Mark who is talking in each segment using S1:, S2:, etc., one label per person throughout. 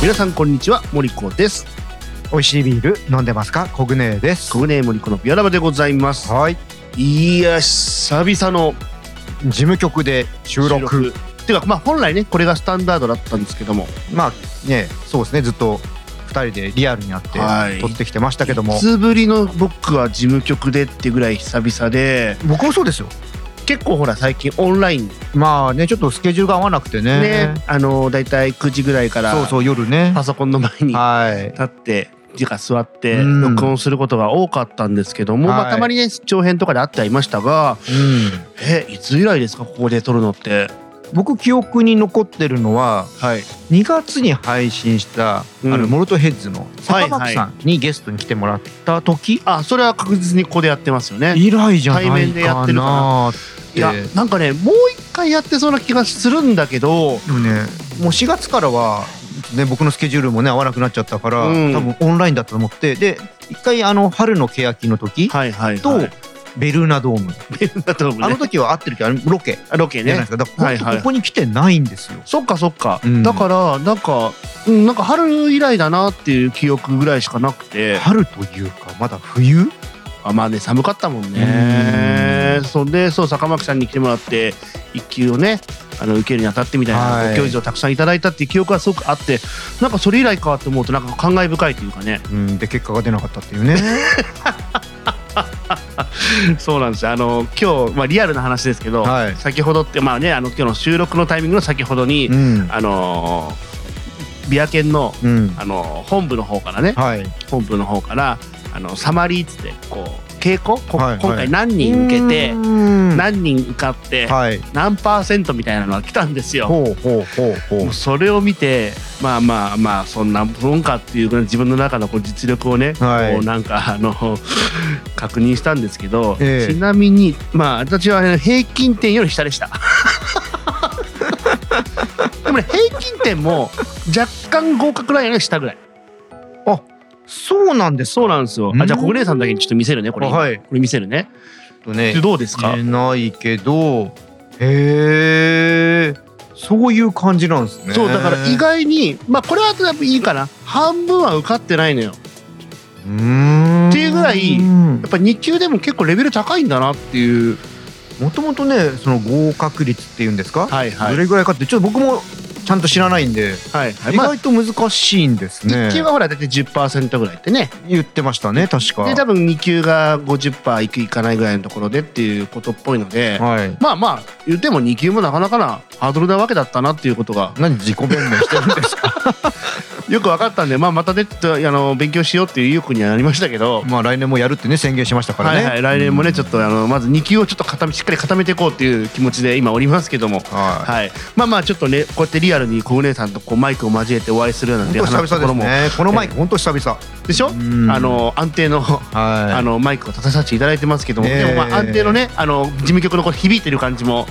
S1: 皆さんこんにちは森子です
S2: 美味しいビール飲んでますかコグネです
S1: 小舟森子のビアラバでございます
S2: はい
S1: いや久々の
S2: 事務局で収録
S1: っていうかまあ本来ねこれがスタンダードだったんですけども
S2: まあねそうですねずっと2人でリアルに会って
S1: はい
S2: 撮ってきてましたけども、
S1: いつぶりの僕は事務局でってぐらい久々で
S2: 僕もそうですよ
S1: 結構ほら最近オンラインね、
S2: まあねちょっとスケジュールが合わなくてね
S1: あのだいたい9時ぐらいから
S2: そうそう夜ね
S1: パソコンの前に
S2: はい
S1: 立って。ていうか座って
S2: うん
S1: 録音することが多かったんですけども、
S2: はい
S1: まあ、たまにね長編とかで会ってはいましたが
S2: うん
S1: えいつ以来ですかここで撮るのって
S2: 僕記憶に残ってるのは
S1: はい
S2: 2月に配信した、
S1: うん
S2: あのモルトヘッズの
S1: はい
S2: 坂巻さんにゲストに来てもらった時、
S1: あそれは確実にここでやってますよね
S2: 以来じゃないかな
S1: 対面でやってるか
S2: って
S1: いやなんかねもう一回やってそうな気がするんだけど
S2: でもねもう4月からは、ね、僕のスケジュールもね合わなくなっちゃったから、
S1: うん
S2: 多分オンラインだと思ってで一回あの春の欅の時
S1: はいはい
S2: と、
S1: はい
S2: ベルーナドーム、
S1: だと思うね
S2: あの時は会ってるけどあのロケ
S1: ロケ
S2: じゃないで
S1: ね
S2: すかだから、
S1: はいはい
S2: ここに来てないんですよ。
S1: そっかそっか、
S2: うん
S1: だからなんか、うん、なんか春以来だなっていう記憶ぐらいしかなくて
S2: 春というかまだ冬
S1: あまあね寒かったもんね
S2: うん
S1: そんでそう坂巻さんに来てもらって一級をねあの受けるにあたってみたいな
S2: は
S1: ご
S2: い
S1: 教授をたくさんいただいたっていう記憶がすごくあってなんかそれ以来かって思うとなんか感慨深いというかね
S2: うんで結果が出なかったっていうね
S1: そうなんですよあの今日、まあ、リアルな話ですけど、
S2: はい
S1: 先ほどってまあねあの今日の収録のタイミングの先ほどに、
S2: うん、
S1: あのービア県の
S2: うん、
S1: あのー本部の方からね
S2: はい
S1: 本部の方からあのサマリーっつってこう稽古こ
S2: はいはい
S1: 今回何人受けて
S2: うん
S1: 何人受かって
S2: はい
S1: 何パーセントみたいなのが来たんですよ。
S2: ほうほうほうほ
S1: もうそれを見てまあまあまあそんなもんかっていうぐらい自分の中のこう実力をね、
S2: はい
S1: こうなんかあの確認したんですけど、
S2: ええ
S1: ちなみにまあ私はね平均点より下でした でもね平均点も若干合格ラインより下ぐらいう
S2: そうなんです
S1: そうなんですよあじゃあ
S2: うん
S1: 国連さんだけにちょっと見せるねこれ、
S2: はい
S1: これ見せるね
S2: とね
S1: でどうですか、
S2: えないけどへえそういう感じなんですね
S1: そうだから意外にまあこれはやっぱいいかな半分は受かってないのよ
S2: うーん
S1: っていうぐらい
S2: うん
S1: やっぱ2級でも結構レベル高いんだなっていう
S2: もともとねその合格率っていうんですか、
S1: はいは
S2: どれぐらいかってちょっと僕もちゃんと知らないんで、
S1: はいはい
S2: 意
S1: まあ
S2: 外と難しいんですね
S1: 1級はほら大体10%ぐらいってね
S2: 言ってましたね確か
S1: で多分2級が50%いくいかないぐらいのところでっていうことっぽいので
S2: はい
S1: まあまあ言っても2級もなかなかなハードルなわけだったなっていうことが
S2: 何自己弁明 してるんですか
S1: よく分かったんでまあまたねちょっとあの勉強しようっていう意欲にはなりましたけど。
S2: まあ来年もやるってね宣言しましたから
S1: は
S2: ね
S1: いはい、来年もねちょっとあのまず2級をちょっと固めしっかり固めていこうっていう気持ちで今おりますけども、
S2: は
S1: はい、まあまあちょっとねこうやってリアルに小姉さんとこうマイクを交えてお会いするようないん
S2: 本
S1: て
S2: 当久
S1: 話すところ
S2: 々で
S1: も
S2: すねこのマイク本当久々
S1: でしょ、
S2: うん
S1: あの安定の
S2: はい
S1: あのマイクを立たさせていただいてますけども、
S2: ねえ
S1: でもまあ安定のねあの事務局のこう響いてる感じも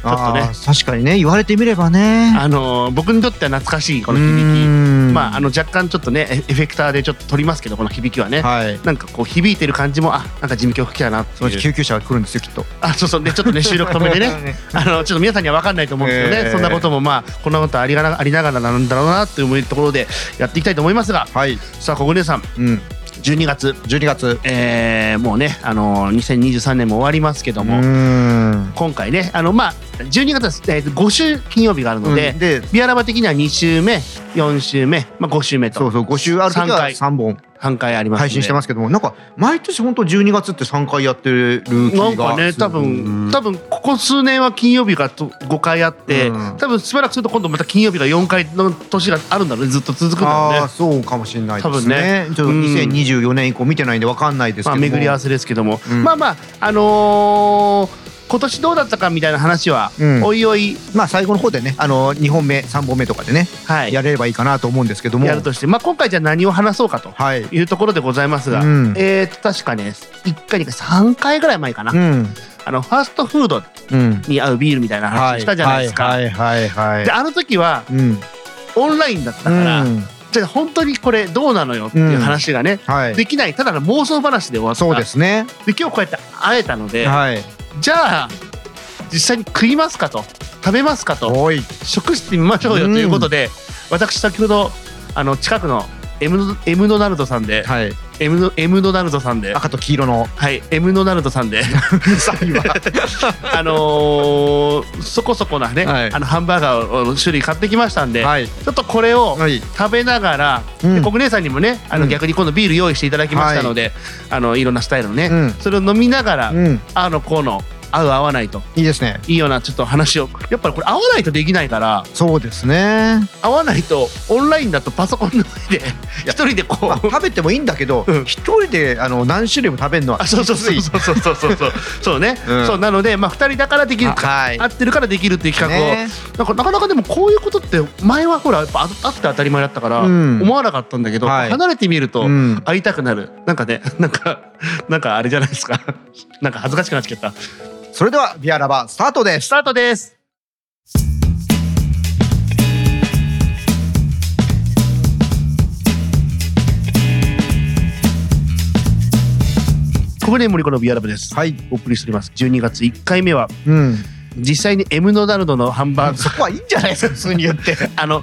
S2: ち
S1: ょっとね
S2: 確かにね言われてみればね
S1: あの僕にとっては懐かしいこの響き、まああの若干ちょっとねエエフェクターでちょっと撮りますけどこの響きはね、
S2: あはい
S1: なんかこう響いてる感じもあなんか事務局来たなって
S2: そのうち
S1: いう
S2: 救急車が来るんですよきっと
S1: あそうそうでちょっとね収録止め てねあのちょっと皆さんには分かんないと思うんですけどね、
S2: ええ
S1: そんなこともまあこんなことありがなありながらなんだろうなっていうところでやっていきたいと思いますが
S2: はい、
S1: さあ小暮さん
S2: うん、
S1: 12月、
S2: 12月
S1: えーもうねあの2023年も終わりますけど
S2: う
S1: も、
S2: ーん
S1: 今回ねあのまあ12月です、えーと、5週金曜日があるので、
S2: で
S1: ビアラバ的には2週目4週目、まあ、5週目
S2: そう
S1: と
S2: そう5週ある時
S1: 3
S2: は
S1: 回
S2: 3本
S1: 半回あります
S2: 配信してますすけどもなんか毎年本当12月って3回やってる気が
S1: なんかね多分多分ここ数年は金曜日がと5回あって、
S2: うん
S1: 多分しばらくすると今度また金曜日が4回の年があるんだろうねずっと続くんだろうね
S2: ああーそうかもしれないで
S1: 多分
S2: すね
S1: ね
S2: ちょっと2024年以降見てないんでわかんないですけ
S1: まあ、
S2: ども
S1: 巡り合わせですけども、
S2: うん
S1: まあまああのー今年どうだったかみたいな話は、
S2: うん
S1: おいおい、
S2: まあ最後の方でねあの2本目3本目とかでね
S1: はい、や
S2: やれればいいかなと思うんですけども
S1: るとして、まあ、今回じゃあ何を話そうかと
S2: はい
S1: いうところでございますが、
S2: うん
S1: えーと確かね1回2回3回ぐらい前かな、
S2: うん
S1: あのファーストフード
S2: うん
S1: に合うビールみたいな話したじゃないですか。
S2: はいはいはい、
S1: で
S2: はい
S1: あの時は
S2: うん、
S1: オンラインだったから、
S2: うん
S1: じゃあ本当にこれどうなのよっていう話がね、
S2: はい
S1: できないただの妄想話で終わった
S2: そうですね
S1: で今日こうやって会えたので、
S2: はい
S1: じゃあ実際に食いますかと食べますかと
S2: おい
S1: 食してみましょうよということで、私先ほどあの近くのエムエムドナルドさんで、
S2: はい。
S1: エムドエムドナルドさんで、
S2: 赤と黄色の
S1: はい、エムドナルドさんで、
S2: サインは。
S1: あのーそこそこなね、
S2: はい
S1: あのハンバーガーを種類買ってきましたんで、
S2: はい。
S1: ちょっとこれを
S2: はい。
S1: 食べながら、
S2: うん
S1: で国姉さんにもねあの
S2: うん
S1: 逆に今度ビール用意していただきましたので、あのいろんなスタイルのね、
S2: うん
S1: それを飲みながら、
S2: うん。
S1: あのこうの合う合わないと
S2: いいですね。
S1: いいようなちょっと話をやっぱりこれ合わないとできないから
S2: そうですね。
S1: 合わないとオンラインだとパソコンの上で一人でこ
S2: まあ
S1: う。
S2: 食べてもいいんだけど
S1: うん、
S2: 一人であの何種類も食べるのは
S1: あ
S2: き
S1: そうそう
S2: つ
S1: そ。
S2: いう
S1: そうそうそうそうそう そうね、
S2: うん
S1: そうなのでまあ2人だからできる
S2: あはい
S1: 合ってるからできるっていう企画を、
S2: ね
S1: なんかなかなかでもこういうことって前はほらやっぱああって当たり前だったから
S2: うん
S1: 思わなかったんだけど、
S2: はい
S1: 離れてみると、
S2: うん。
S1: 会いたくなるなんかね なんかなんかあれじゃないですか なんか恥ずかしくなっちゃったス
S2: それではビアラバスタートです。
S1: タートです小舟森子のビアラブです
S2: はい。
S1: お送りしております12月1回目は
S2: うん。
S1: 実際にエムドナルドのハンバーガー
S2: そこはいいんじゃないで すか普通に言って。
S1: あの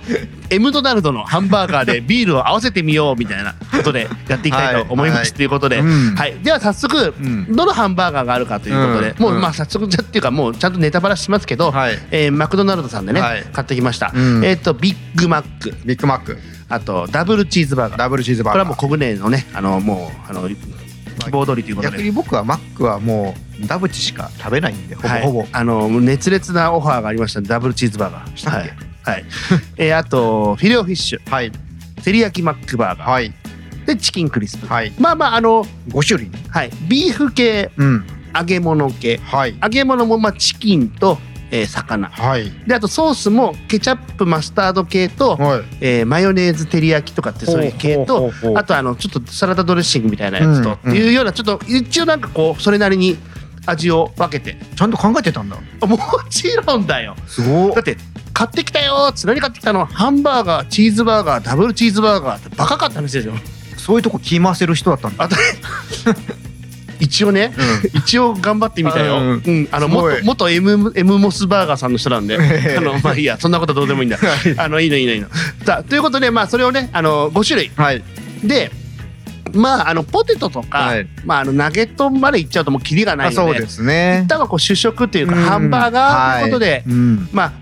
S1: エムドナルドのハンバーガーでビールを合わせてみようみたいなことでやっていきたいと思います、
S2: はい
S1: ということで、
S2: うん
S1: はい、では早速、
S2: ん
S1: どのハンバーガーがあるかということで、
S2: うん
S1: もう、
S2: うん
S1: まあ早速じゃっていうかもうちゃんとネタバラしますけど、
S2: はい。
S1: えーマクドナルドさんでね、
S2: はい
S1: 買ってきました、
S2: うん
S1: えっ、とビッグマック
S2: ビッグマック、
S1: あとダブルチーズバーガー
S2: ダブルチーズ
S1: こ
S2: バー
S1: れは
S2: ガー。
S1: もう小舟のねあのもうあの希望通りということ
S2: 逆
S1: で。
S2: に僕はマックはもうダブチしか食べないんでほぼ
S1: はい
S2: ほぼ、
S1: あの熱烈なオファーがありましたんでダブルチーズバーガー
S2: したっけ
S1: はい、はいえーあとフィレオフィッシュ
S2: はい
S1: 照り焼きマックバーガー、
S2: はい
S1: でチキンクリスプ、
S2: はい
S1: まあまああの、
S2: 5種類
S1: はい、ビーフ系
S2: うん
S1: 揚げ物系
S2: はい
S1: 揚げ物もまあチキンと、えー魚
S2: はい
S1: であとソースもケチャップマスタード系と、
S2: はい
S1: えーマヨネーズ照り焼きとかってそういう系とあとあのちょっとサラダドレッシングみたいなやつと、
S2: うん
S1: っていうようなちょっと一応なんかこうそれなりに味を分けて
S2: ちゃんと考えてたんだ
S1: もちろんだよ
S2: すご
S1: だって買ってきたよーっつって何買ってきたのハンバーガーチーズバーガーダブルチーズバーガーってバカかった話ですよ
S2: そういうとこ気回せる人だったんだ
S1: あと一応ね一応頑張ってみたよ。
S2: う
S1: うんん、あの
S2: すごい
S1: 元元 M M モスバーガーさんの人なんで、
S2: ええ
S1: あのまあいいや、そんなことどうでもいいんだ。あのいいのいいのいいの。さあということでまあそれをねあの5種類
S2: はい
S1: で。まあ、あのポテトとか、
S2: はい
S1: まあ、あのナゲットまでいっちゃうともうキリが な
S2: あ
S1: いの
S2: そう
S1: で
S2: です
S1: 一
S2: ね
S1: 旦はこう主食というか、
S2: うん
S1: ハンバーガーということで、
S2: はいうん
S1: まあ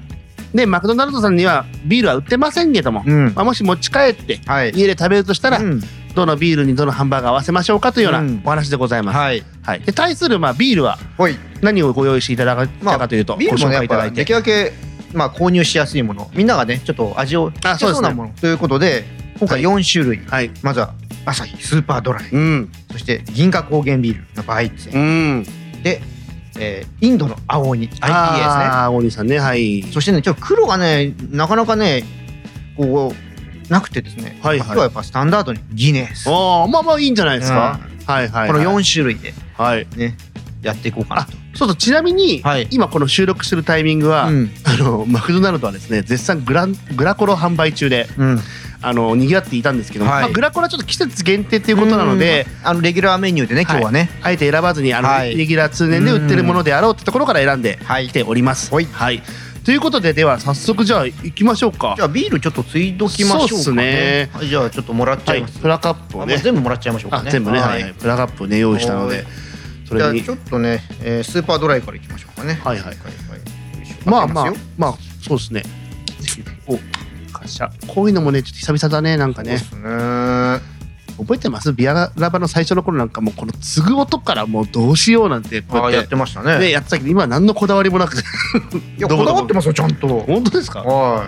S1: ねマクドナルドさんにはビールは売ってませんけども、
S2: うん
S1: まあ、もし持ち帰って
S2: はい
S1: 家で食べるとしたら、
S2: うん
S1: どのビールにどのハンバーガー合わせましょうかというような
S2: うん
S1: お話でございます。
S2: はい
S1: はい、で対するまあビールは
S2: ほい
S1: 何をご用意していただい
S2: まあ
S1: たかというと、
S2: ビール
S1: ご紹
S2: もねや
S1: 介
S2: っ
S1: いただ
S2: ぱ
S1: いて
S2: でき、るだけまあ購入しやすいものみんながねちょっと味をつけ
S1: あそうですね
S2: そうなものということで今
S1: は
S2: 回
S1: い
S2: 4種類
S1: はい、
S2: まずは朝日スーパードライ
S1: うん、
S2: そして銀河高原ビールのバイツ
S1: うん、
S2: で、えーインドの青鬼 IPA ですね
S1: ああー、大西さんね、はい、
S2: そしてねちょっと黒がねなかなかねこうなくてですね、
S1: はいはい
S2: まあ今日はやっぱスタンダードにギネス、
S1: ああ、まあまあいいんじゃないですか、
S2: うん
S1: はいはい、
S2: この
S1: 四、
S2: 4種類で
S1: はい、
S2: ねやっていこうかなと
S1: そうそう、ちなみに、
S2: はい
S1: 今この収録するタイミングは、
S2: うん
S1: あのマクドナルドはですね、絶賛グラングラコロ販売中で、
S2: うん
S1: あの賑わっていたんですけども、
S2: はい
S1: まあ、グラコロはちょっと季節限定ということなので、
S2: うんあのレギュラーメニューでね今日はね
S1: あえて選ばずにあの、
S2: はい
S1: レギュラー通年で売ってるものであろうってところから選んで
S2: はい、
S1: 来ております。
S2: はい
S1: ということででは早速じゃあ行きましょうか
S2: じ。ゃあビールちょっとついどきましょうか
S1: そう
S2: ね
S1: っすね
S2: はい、じゃあちょっともらっちゃ
S1: はいい、
S2: ます、
S1: プラカップを
S2: あ
S1: ね
S2: もう全部もらっちゃいましょうか
S1: あ
S2: ね
S1: 全部ね、はいはい、プラカップをね用意したの
S2: はい
S1: でそ
S2: じゃ
S1: れ
S2: あ
S1: に
S2: ちょっとね、えースーパードライからいきましょうかね
S1: はいはい
S2: はいよいしょ
S1: まあまあ
S2: 開けすよ
S1: まあそうですねおカシャこういうのもねちょっと久々だねなんかね
S2: そうっすね
S1: 覚えてますビアラバの最初の頃なんかもうこの継ぐ音からもうどうしようなんてこ
S2: あ
S1: う
S2: ー
S1: や
S2: や
S1: っ
S2: っててましたね
S1: ねやってたけど今は何のこだわりもなくて
S2: い や
S1: どこど
S2: こ
S1: こ
S2: だわってますよちゃんと
S1: 本当ですか
S2: はい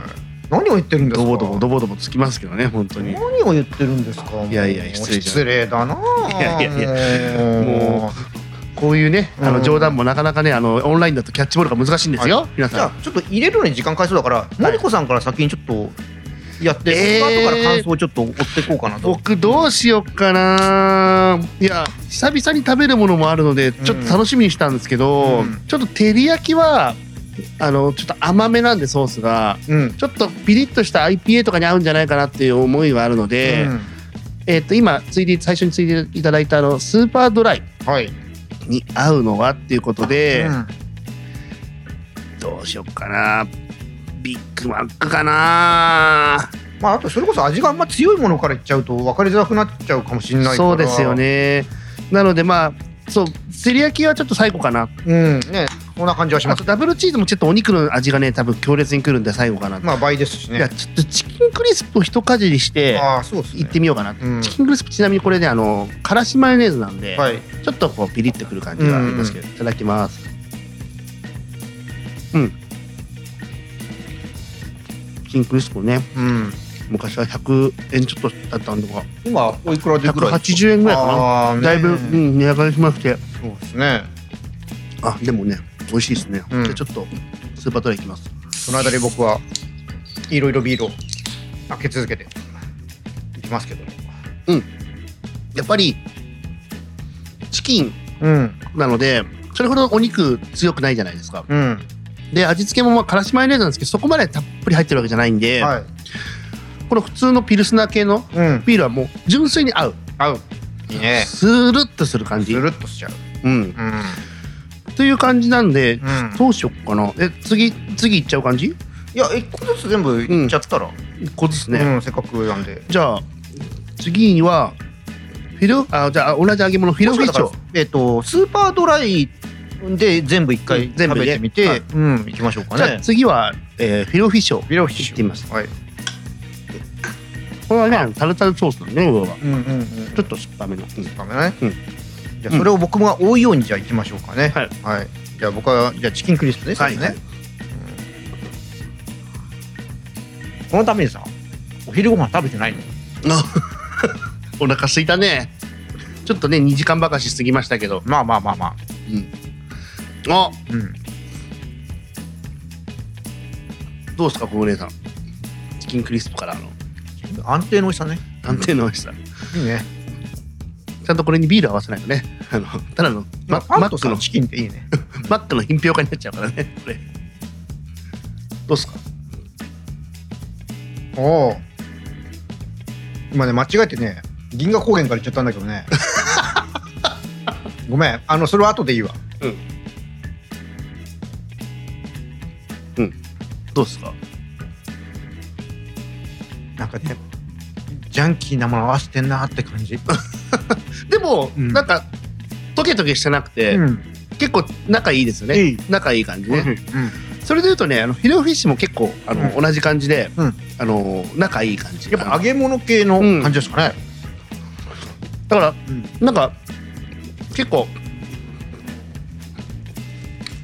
S2: 何を言ってるんです
S1: ドボ
S2: か
S1: ドボドボドボつきますけどね本当に
S2: 何を言ってるんですか
S1: いやいや
S2: もう
S1: 失礼じゃん
S2: 失礼だな
S1: い
S2: あ
S1: やいやい
S2: もう
S1: もこういうねあ
S2: うん
S1: の冗談もなかなかねあのオンラインだとキャッチボールが難しいんですよ皆
S2: じゃ
S1: さ
S2: あ
S1: ん
S2: ちょっと入れるのに時間かかりそうだから森子さんから先にちょっとやって、
S1: えー
S2: その後から感想をちょっと追っていこうかなと
S1: 僕どうしよっかないや久々に食べるものもあるのでちょっと楽しみにしたんですけど、
S2: うん
S1: ちょっと照り焼きはあのちょっと甘めなんでソースが
S2: うん
S1: ちょっとピリッとした IPA とかに合うんじゃないかなっていう思いはあるので、えっと今ついで最初についでいただいたあのスーパードライ
S2: うんはい、
S1: に合うのはっていうことで、
S2: うん
S1: どうしよっかなビッグマックかな
S2: まあ、あとそれこそ味があんま強いものからいっちゃうと分かりづらくなっちゃうかもしれないから
S1: そうですよ、ねなのでまあそう照り焼きはちょっと最後かな
S2: うんね、こんな感じはし
S1: あ
S2: ます
S1: とダブルチーズもちょっとお肉の味がね多分強烈にくるんで最後かな、
S2: まあ倍ですし
S1: いや
S2: ね
S1: ちょっとチキンクリスプを一かじりして
S2: ああそうですね
S1: いってみようかな、
S2: うん
S1: チキンクリスプちなみにこれねあのからしマヨネーズなんで、
S2: はい
S1: ちょっとこうピリッとくる感じがありますけど、いただきますうんチキンクリスプね
S2: うん
S1: 昔は100円ちょっとだったんとか
S2: 今おいくらでいくらです
S1: 180円ぐらいか
S2: あ
S1: な
S2: あね
S1: だいぶ、うん、値上がりしまして
S2: そうですね
S1: あでもね美味しいですね、
S2: うん
S1: じゃあちょっとスーパートレイいきます
S2: その間に僕はいろいろビールを開け続けていきますけど
S1: やっぱりチキン
S2: うん
S1: なのでそれほどお肉強くないじゃないですか
S2: うん
S1: で味付けもまあからしマヨネーズなんですけどそこまでたっぷり入ってるわけじゃないんで、
S2: はい
S1: この普通のピルスナー系の
S2: うん
S1: ビールはもう純粋に合う
S2: 合ういいね
S1: スルッとする感
S2: ス
S1: じ、
S2: ルッとしちゃう
S1: うん、
S2: うん
S1: という感じなんで
S2: うん
S1: どうしよっかなえ次次いっちゃう感じ
S2: いや一個ずつ全部いっちゃったら
S1: 1個ずつね、
S2: うんせっかくなんで
S1: じゃあ次にはフィルあじゃあ同じ揚げ物フィロフィッショ
S2: えっとスーパードライで全部一回
S1: うん全
S2: 食
S1: 部ね
S2: べてみ
S1: はい
S2: てうん行きましょうか
S1: じゃあ
S2: ね
S1: 次は、えーフィロフィッショ
S2: ビロフィッシ
S1: 行ってみま
S2: ュはい
S1: これはねタルタルソースなのねこれは
S2: うんうんうん
S1: ちょっと酸っぱめの、うん
S2: ダメだね
S1: うん
S2: じゃあそれを僕も追うようにじゃあ行きましょうかね
S1: はい
S2: はいじゃあ僕はじゃあチキンクリスプね
S1: はい
S2: そうですねうんこのためにさお昼ご飯食べてないの
S1: あ お腹すいたねちょっとね2時間ばかし過ぎましたけど
S2: まあまあまあまあ
S1: あ
S2: うん
S1: どうですか小暮さんチキンクリスプからの
S2: 安定の美味しさね
S1: 安定の美味しさ
S2: いいね
S1: ちゃんとこれにビール合わせないとねあのただのマ
S2: パ
S1: マ
S2: ンと
S1: ック
S2: さ
S1: の
S2: チキンっていいね
S1: マックの品評会になっちゃうからねこれどうですか
S2: おお今ね間違えてね銀河高原から行っちゃったんだけど ねごめんあのそれは後でいいわ
S1: どうですか
S2: なんかねジャンキーなもの合わせてんなーって感じ、
S1: でも、
S2: うん
S1: なんかトゲトゲしてなくて、
S2: うん
S1: 結構仲いいですよね、
S2: いい
S1: 仲いい感じね、
S2: うん
S1: それでいうとねあのフィレオフィッシュも結構あの、
S2: う
S1: 同じ感じで、
S2: うん
S1: あの仲いい感じ
S2: やっぱ揚げ物系の
S1: うん
S2: 感じですかね。
S1: だから
S2: うん
S1: なんか結構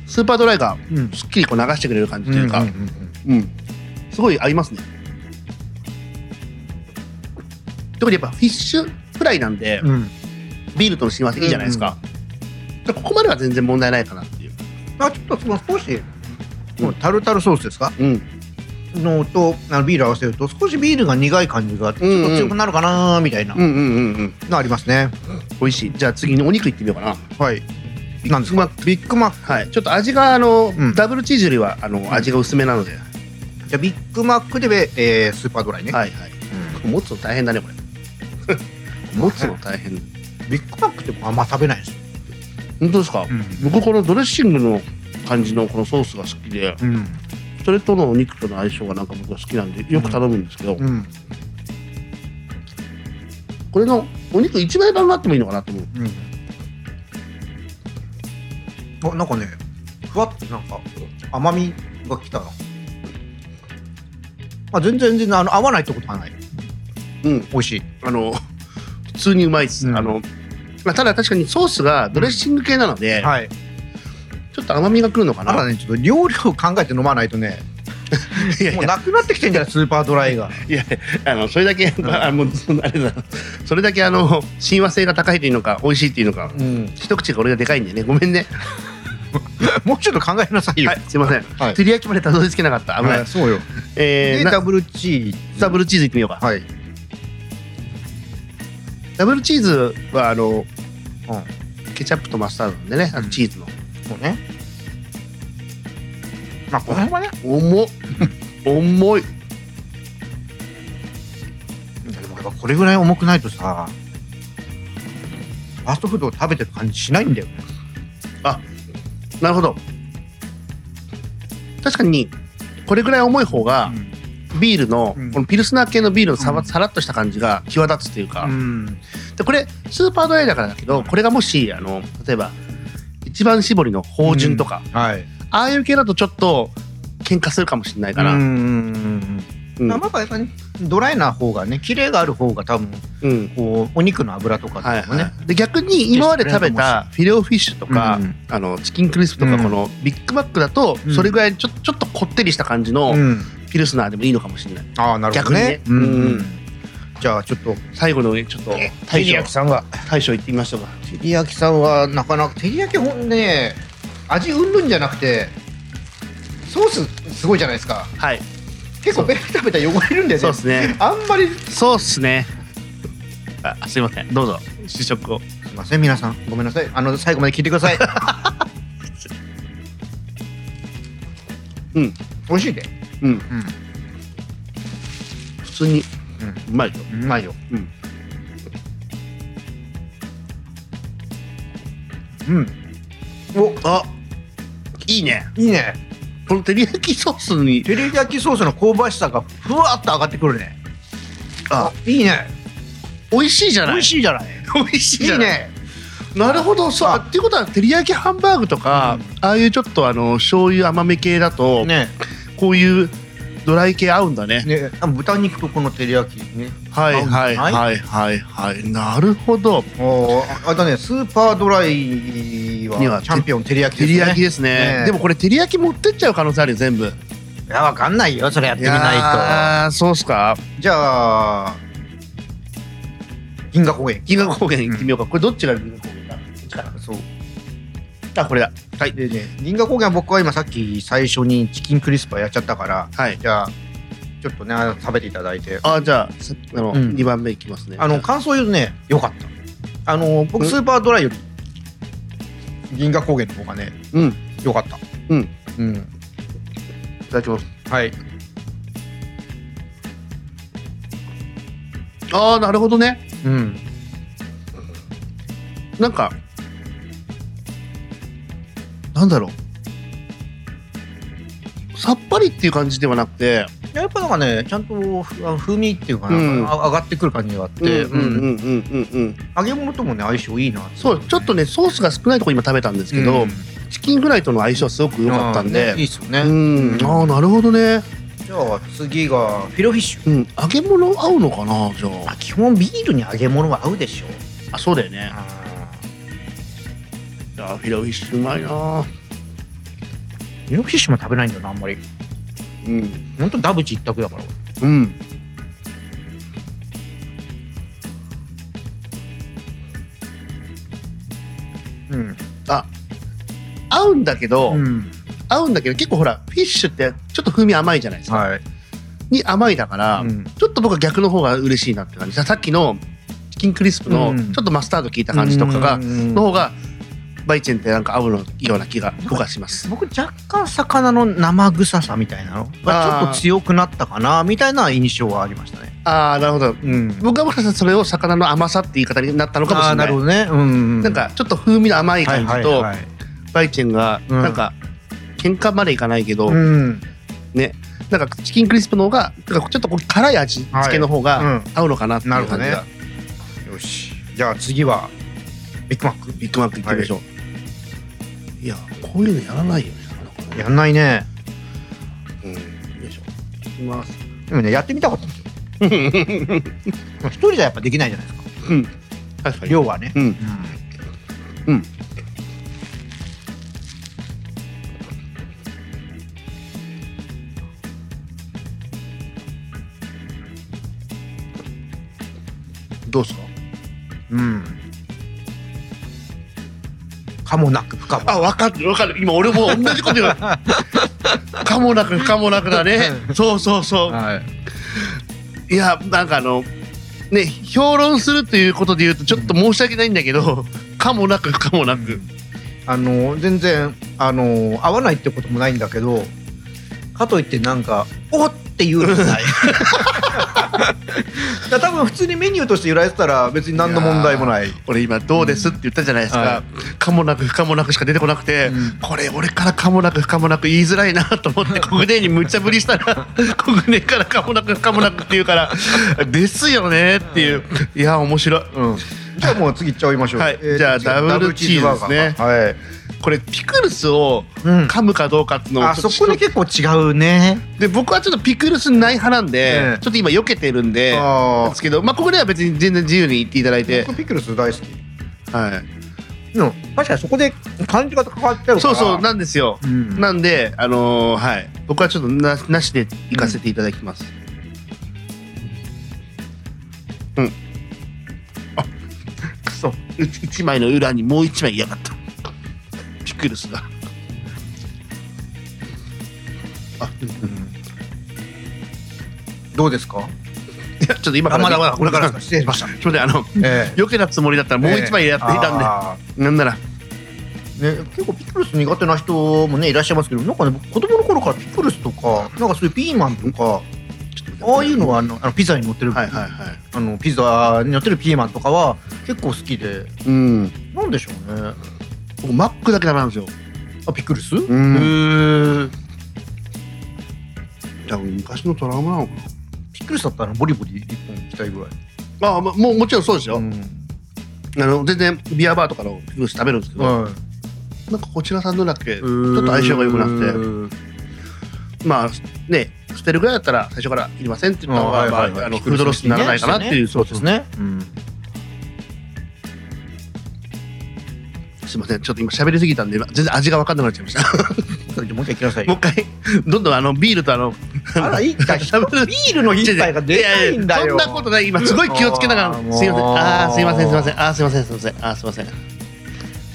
S1: スーパードライが
S2: うん。
S1: すっきりこう流してくれる感じというか、
S2: う
S1: うんんすごい合いますね特にやっぱフィッシュフライなんで、
S2: うんうん
S1: ビールとの親和性いいじゃないですか、じゃあここまでは全然問題ないかなっていう、
S2: あちょっとその少しこのタルタルソースですか
S1: うん、
S2: のとあのビール合わせると少しビールが苦い感じがあってち
S1: うんうん
S2: ょっと強くなるかなーみたいな
S1: うんうんうんうん
S2: のありますね。
S1: 美味しいじゃあ次にお肉いってみようかな
S2: はい。なんですか
S1: ま
S2: ビッグマック
S1: はいちょっと味があの、
S2: うん
S1: ダブルチーズよりはあの味が薄めなので、
S2: じゃあビッグマックで、えースーパードライね。
S1: はいはい持つの大変だねこれ 持つの大変
S2: うんビッグマックって僕あんま食べないですよ。
S1: 本当ですか、
S2: う
S1: 僕このドレッシングの感じのこのソースが好きで
S2: ん。
S1: それとのお肉との相性がなんか僕は好きなんでよく頼むんですけど、
S2: うん。うん。
S1: これのお肉一枚分があってもいいのかなと思う
S2: あなんかねふわっとなんか甘みがきたなあ全然全然あの合わないってことはない
S1: うん
S2: 美味しい
S1: あの普通にうまいです、
S2: うん
S1: あのまあただ確かにソースがドレッシング系なので、
S2: はい
S1: ちょっと甘みがくるのか
S2: ただ
S1: な、
S2: ねちょっと料理を考えて飲まないとね
S1: いやい
S2: もう
S1: や
S2: なくなってきてんじゃないスーパードライが
S1: いやあのそれだけ、あもうそのあれだそれだけあの親和性が高いというのか美味しいっていうのか
S2: うん
S1: 一口が俺がでかいんでねごめんね
S2: もうちょっと考えなさいよ
S1: はいすいません、
S2: はい
S1: 照り焼きまでたどり着けなかった危ない、
S2: はいそうよ
S1: え
S2: で
S1: ー、な
S2: ダブルチーズ
S1: ダブルチーズいってみようか、
S2: はい
S1: ダブルチーズはあの
S2: うん
S1: ケチャップとマスタードなんでねあのチーズの、
S2: そうねまあこの辺はね
S1: 重っ重い
S2: でもやっぱこれぐらい重くないとさファーストフードを食べてる感じしないんだよね
S1: なるほど確かにこれぐらい重い方がビールの、
S2: うん
S1: このピルスナー系のビールのさ,、
S2: うん
S1: さらっとした感じが際立つというか、
S2: うん
S1: でこれスーパードライだからだけどこれがもしあの例えば一番搾りの芳醇とか、
S2: はい
S1: ああいう系だとちょっと喧嘩するかもしれないから、
S2: う
S1: うんん
S2: うんうんうんまあやっぱりドライな方がねキレがある方が多分
S1: うん
S2: こうお肉の脂とか
S1: はい
S2: っていうのもね、
S1: はい、で逆に今まで食べたフィレオフィッシュとか、
S2: うん
S1: あのチキンクリスプと
S2: う
S1: か
S2: ん
S1: このビッグマックだと
S2: うん
S1: それぐらいちょちょっとこってりした感じの
S2: うん
S1: ピルスナーでもいいのかもしれない
S2: ああなるほどね
S1: 逆にねう
S2: うん
S1: ん
S2: じゃあちょっと
S1: 最後のちょっと
S2: 照
S1: 大
S2: り
S1: 将
S2: 焼きさんが
S1: 大将行ってみましょうか
S2: 照り焼きさんはなかなか照り焼きほんね味うんるんじゃなくてソースすごいじゃないですか
S1: はい
S2: 結構ベタベタ汚れるんだ
S1: そうで
S2: よね
S1: すね
S2: あんまり す
S1: そうっすねあすいませんどうぞ試食を
S2: いません皆さんごめんなさいあの最後まで聞いてください
S1: うん
S2: 美味しいで
S1: うん
S2: うん
S1: 普通にうまいよ
S2: うまいよ。
S1: うん。
S2: うん。お、
S1: あいいね
S2: いいね。
S1: この照り焼きソースに
S2: 照り焼きソースの香ばしさがふわっと上がってくるね。
S1: あ、
S2: いいね。
S1: 美味しいじゃ
S2: 美
S1: ない
S2: 味しいじゃない。
S1: 美味しい
S2: い
S1: じゃ
S2: い
S1: ない
S2: ね。
S1: なるほどそうあっていうことは照り焼きハンバーグとか、
S2: うん
S1: ああいうちょっとあの醤油甘め系だと、
S2: ね、
S1: こういうドライ系合うんだね
S2: ね、あ豚肉とこの照り焼きね。
S1: はいはい
S2: 合うんじゃない
S1: はいはいはいなるほど
S2: おーああとね、スーパードライ
S1: に
S2: は
S1: は
S2: チャンピオン照り焼きで
S1: 照
S2: す
S1: り
S2: ね。
S1: 焼きですね
S2: ね
S1: でもこれ照り焼き持ってっちゃう可能性あるよ全部やっ
S2: いや、わかんないよ。それやってみない
S1: とそうっすか
S2: と。じゃあ、銀河公園。
S1: 銀河高原行ってみようか、これどっちが銀河高原だこっちか
S2: そう。
S1: なあこれだ
S2: はい、でね、銀河高原は僕は今さっき最初にチキンクリスパーやっちゃったから、
S1: はい
S2: じゃあちょっとね食べていただいて、
S1: あじゃあさあの、
S2: う
S1: 二
S2: ん
S1: 2番目いきますね
S2: あの感想言うとね、良かった。あの僕
S1: うん
S2: スーパードライより銀河高原の方がね
S1: うんい
S2: 良かった。
S1: うん、
S2: うん、
S1: ただきます
S2: はい。
S1: ああなるほどね
S2: うん、
S1: なんか、なんだろう。さっぱりっていう感じではなくて、
S2: やっぱなんかねちゃんとふあ風味っていうかな、
S1: うん
S2: あ上がってくる感じがあって、
S1: うんうんうんうんうん。
S2: 揚げ物ともね相性いいなて
S1: そう、ちょっとね、ソースが少ないところ今食べたんですけど、
S2: うん
S1: チキンフライとの相性はすごく良かったんで
S2: あーねいい。っすよね。
S1: うん、ああ、なるほどね。
S2: じゃあ次がフィロフィッシュ。
S1: うん、揚げ物合うのかな、じゃ
S2: あ基本ビールに揚げ物は合うでしょ。
S1: あ。あ、そうだよね。
S2: あー
S1: あ、フィラフィッシュうまいな。
S2: ミルクフィッシュも食べないんだよなあんまり
S1: うん、
S2: ほんとダブチ一択だから
S1: うん。
S2: うん
S1: あ、合うんだけど、
S2: うん
S1: 合うんだけど、結構ほら、フィッシュってちょっと風味甘いじゃないですか。
S2: はい
S1: に甘いだから、
S2: うん
S1: ちょっと僕は逆の方が嬉しいなって感じさっきのチキンクリスプ
S2: う
S1: の
S2: ん
S1: ちょっとマスタード効いた感じとかが、
S2: うん
S1: の方がバイチェンってなんか合うのような気が僕はします。
S2: 僕若干魚の生臭さみたいなの
S1: あー
S2: がちょっと強くなったかなみたいな印象はありましたね
S1: ああなるほど
S2: うん
S1: 僕はもしかしたらそれを魚の甘さって言い方になったのかもし
S2: あー
S1: れ
S2: な
S1: ない
S2: るほ。どねうん
S1: なんかちょっと風味の甘い感じと
S2: はいはいはい
S1: バイチェンが
S2: うん
S1: なんか喧嘩までいかないけど
S2: うん
S1: ねなんかチキンクリスプの方がなんかちょっとこう辛い味付けの方
S2: はいうん
S1: が合うのかなっていう
S2: なる
S1: 感
S2: ほ
S1: じ
S2: どね
S1: が
S2: よしじゃあ次はビッグマック
S1: ビッグマックいってみましょう。いやこういうのやらないよねなかなかね
S2: やんないね
S1: うん、よいしょ。いきます。
S2: でもねやってみたかったんで すよ一人じゃやっぱできないじゃないですか
S1: うん。確かに。
S2: 量はね
S1: うん。うんどうですか。
S2: うん。かもなく不可も。
S1: あ、わかる、わかる。今俺も同じこと 言う。かもなく、不可もなくだ ね。そうそうそう。
S2: はい。
S1: いや、なんかあの。ね、評論するということで言うと、ちょっと申し訳ないんだけど。 かもなく、不可もなく。
S2: あの全然あの合わないってこともないんだけど、 かといってなんかおっっていうのもない。だから多分普通にメニューとして揺られてたら別に何の問題もない
S1: 俺今「どうです?」って言ったじゃないですか、
S2: う
S1: かもなく不可もなくしか出てこなくて、
S2: うん
S1: これ俺からかもなく不可もなく言いづらいなと思って 国根に無茶ぶりしたら国根からかもなく不可もなくって言うから「ですよね」っていういや面白い
S2: うんじゃあもう次行っちゃいましょう、
S1: はい
S2: ーと
S1: じゃあダブルチーズですね
S2: ダブルチーズバーガーはい
S1: これピクルスを
S2: うん
S1: 噛むかどうかっていうのを
S2: あ
S1: ちょ
S2: そ
S1: っと
S2: こで結構違うね
S1: で僕はちょっとピクルスない派なんで、
S2: ええ
S1: ちょっと今避けてるんでなん
S2: あ
S1: ですけどまあここでは別に全然自由に言っていただいて、
S2: あピクルス大好き
S1: は
S2: うん確かにそこで感じ方変わっちゃうから
S1: い、そうそうなんですよ、
S2: うん
S1: なんであのーはい僕はちょっとななしで行かせていただきますうん、あくそ1枚の裏にもう1枚嫌がったピクルスがあ
S2: どうですか
S1: いやちょっと今か
S2: あ
S1: ら
S2: まだまだこれからです
S1: す
S2: か失礼しました
S1: いませんあの
S2: え
S1: 避けたつもりだったらもう一枚やっていたんで、
S2: ん
S1: なんなら
S2: で、ね、結構ピクルス苦手な人もねいらっしゃいますけどなんかね僕子供の頃からピクルスとかなんかそういうピーマンとかああいうのはあのあのピザに乗ってる、
S1: はいはいはい
S2: あのピザに乗ってるピーマンとかは結構好きで
S1: うん
S2: なんでしょうね
S1: 僕マックだけダメなんですよ
S2: あピクルス
S1: ん
S2: へー
S1: 多分昔のトラウマなのか
S2: ピクルスだったらボリボリ一本いきたいぐらい
S1: なああまもうもちろんそうですよ、
S2: うん
S1: あの全然ビアバーとかのピクルス食べるんですけど、
S2: はい
S1: なんかこちらさんのだけ
S2: ちょ
S1: っと相性が良くなくて
S2: くて
S1: まあね捨てるぐらいだったら最初からいりませんって言った方がまああのフードロスにならないかなっていう
S2: そうですね、うん、
S1: すいませんちょっと今喋りすぎたんで今全然味が分かんなくなっちゃいました
S2: それでもう一回いきなさい
S1: もう
S2: よ
S1: 一回どんどんあのビールとあの
S2: あらいい だ
S1: 喋る
S2: ビールの一杯が出ないんだよ
S1: いやいやそんなことない今すごい気をつけながら
S2: あ
S1: すいません
S2: ーもう
S1: あーすいませんすいませんあーすいませんすいませんあーすいません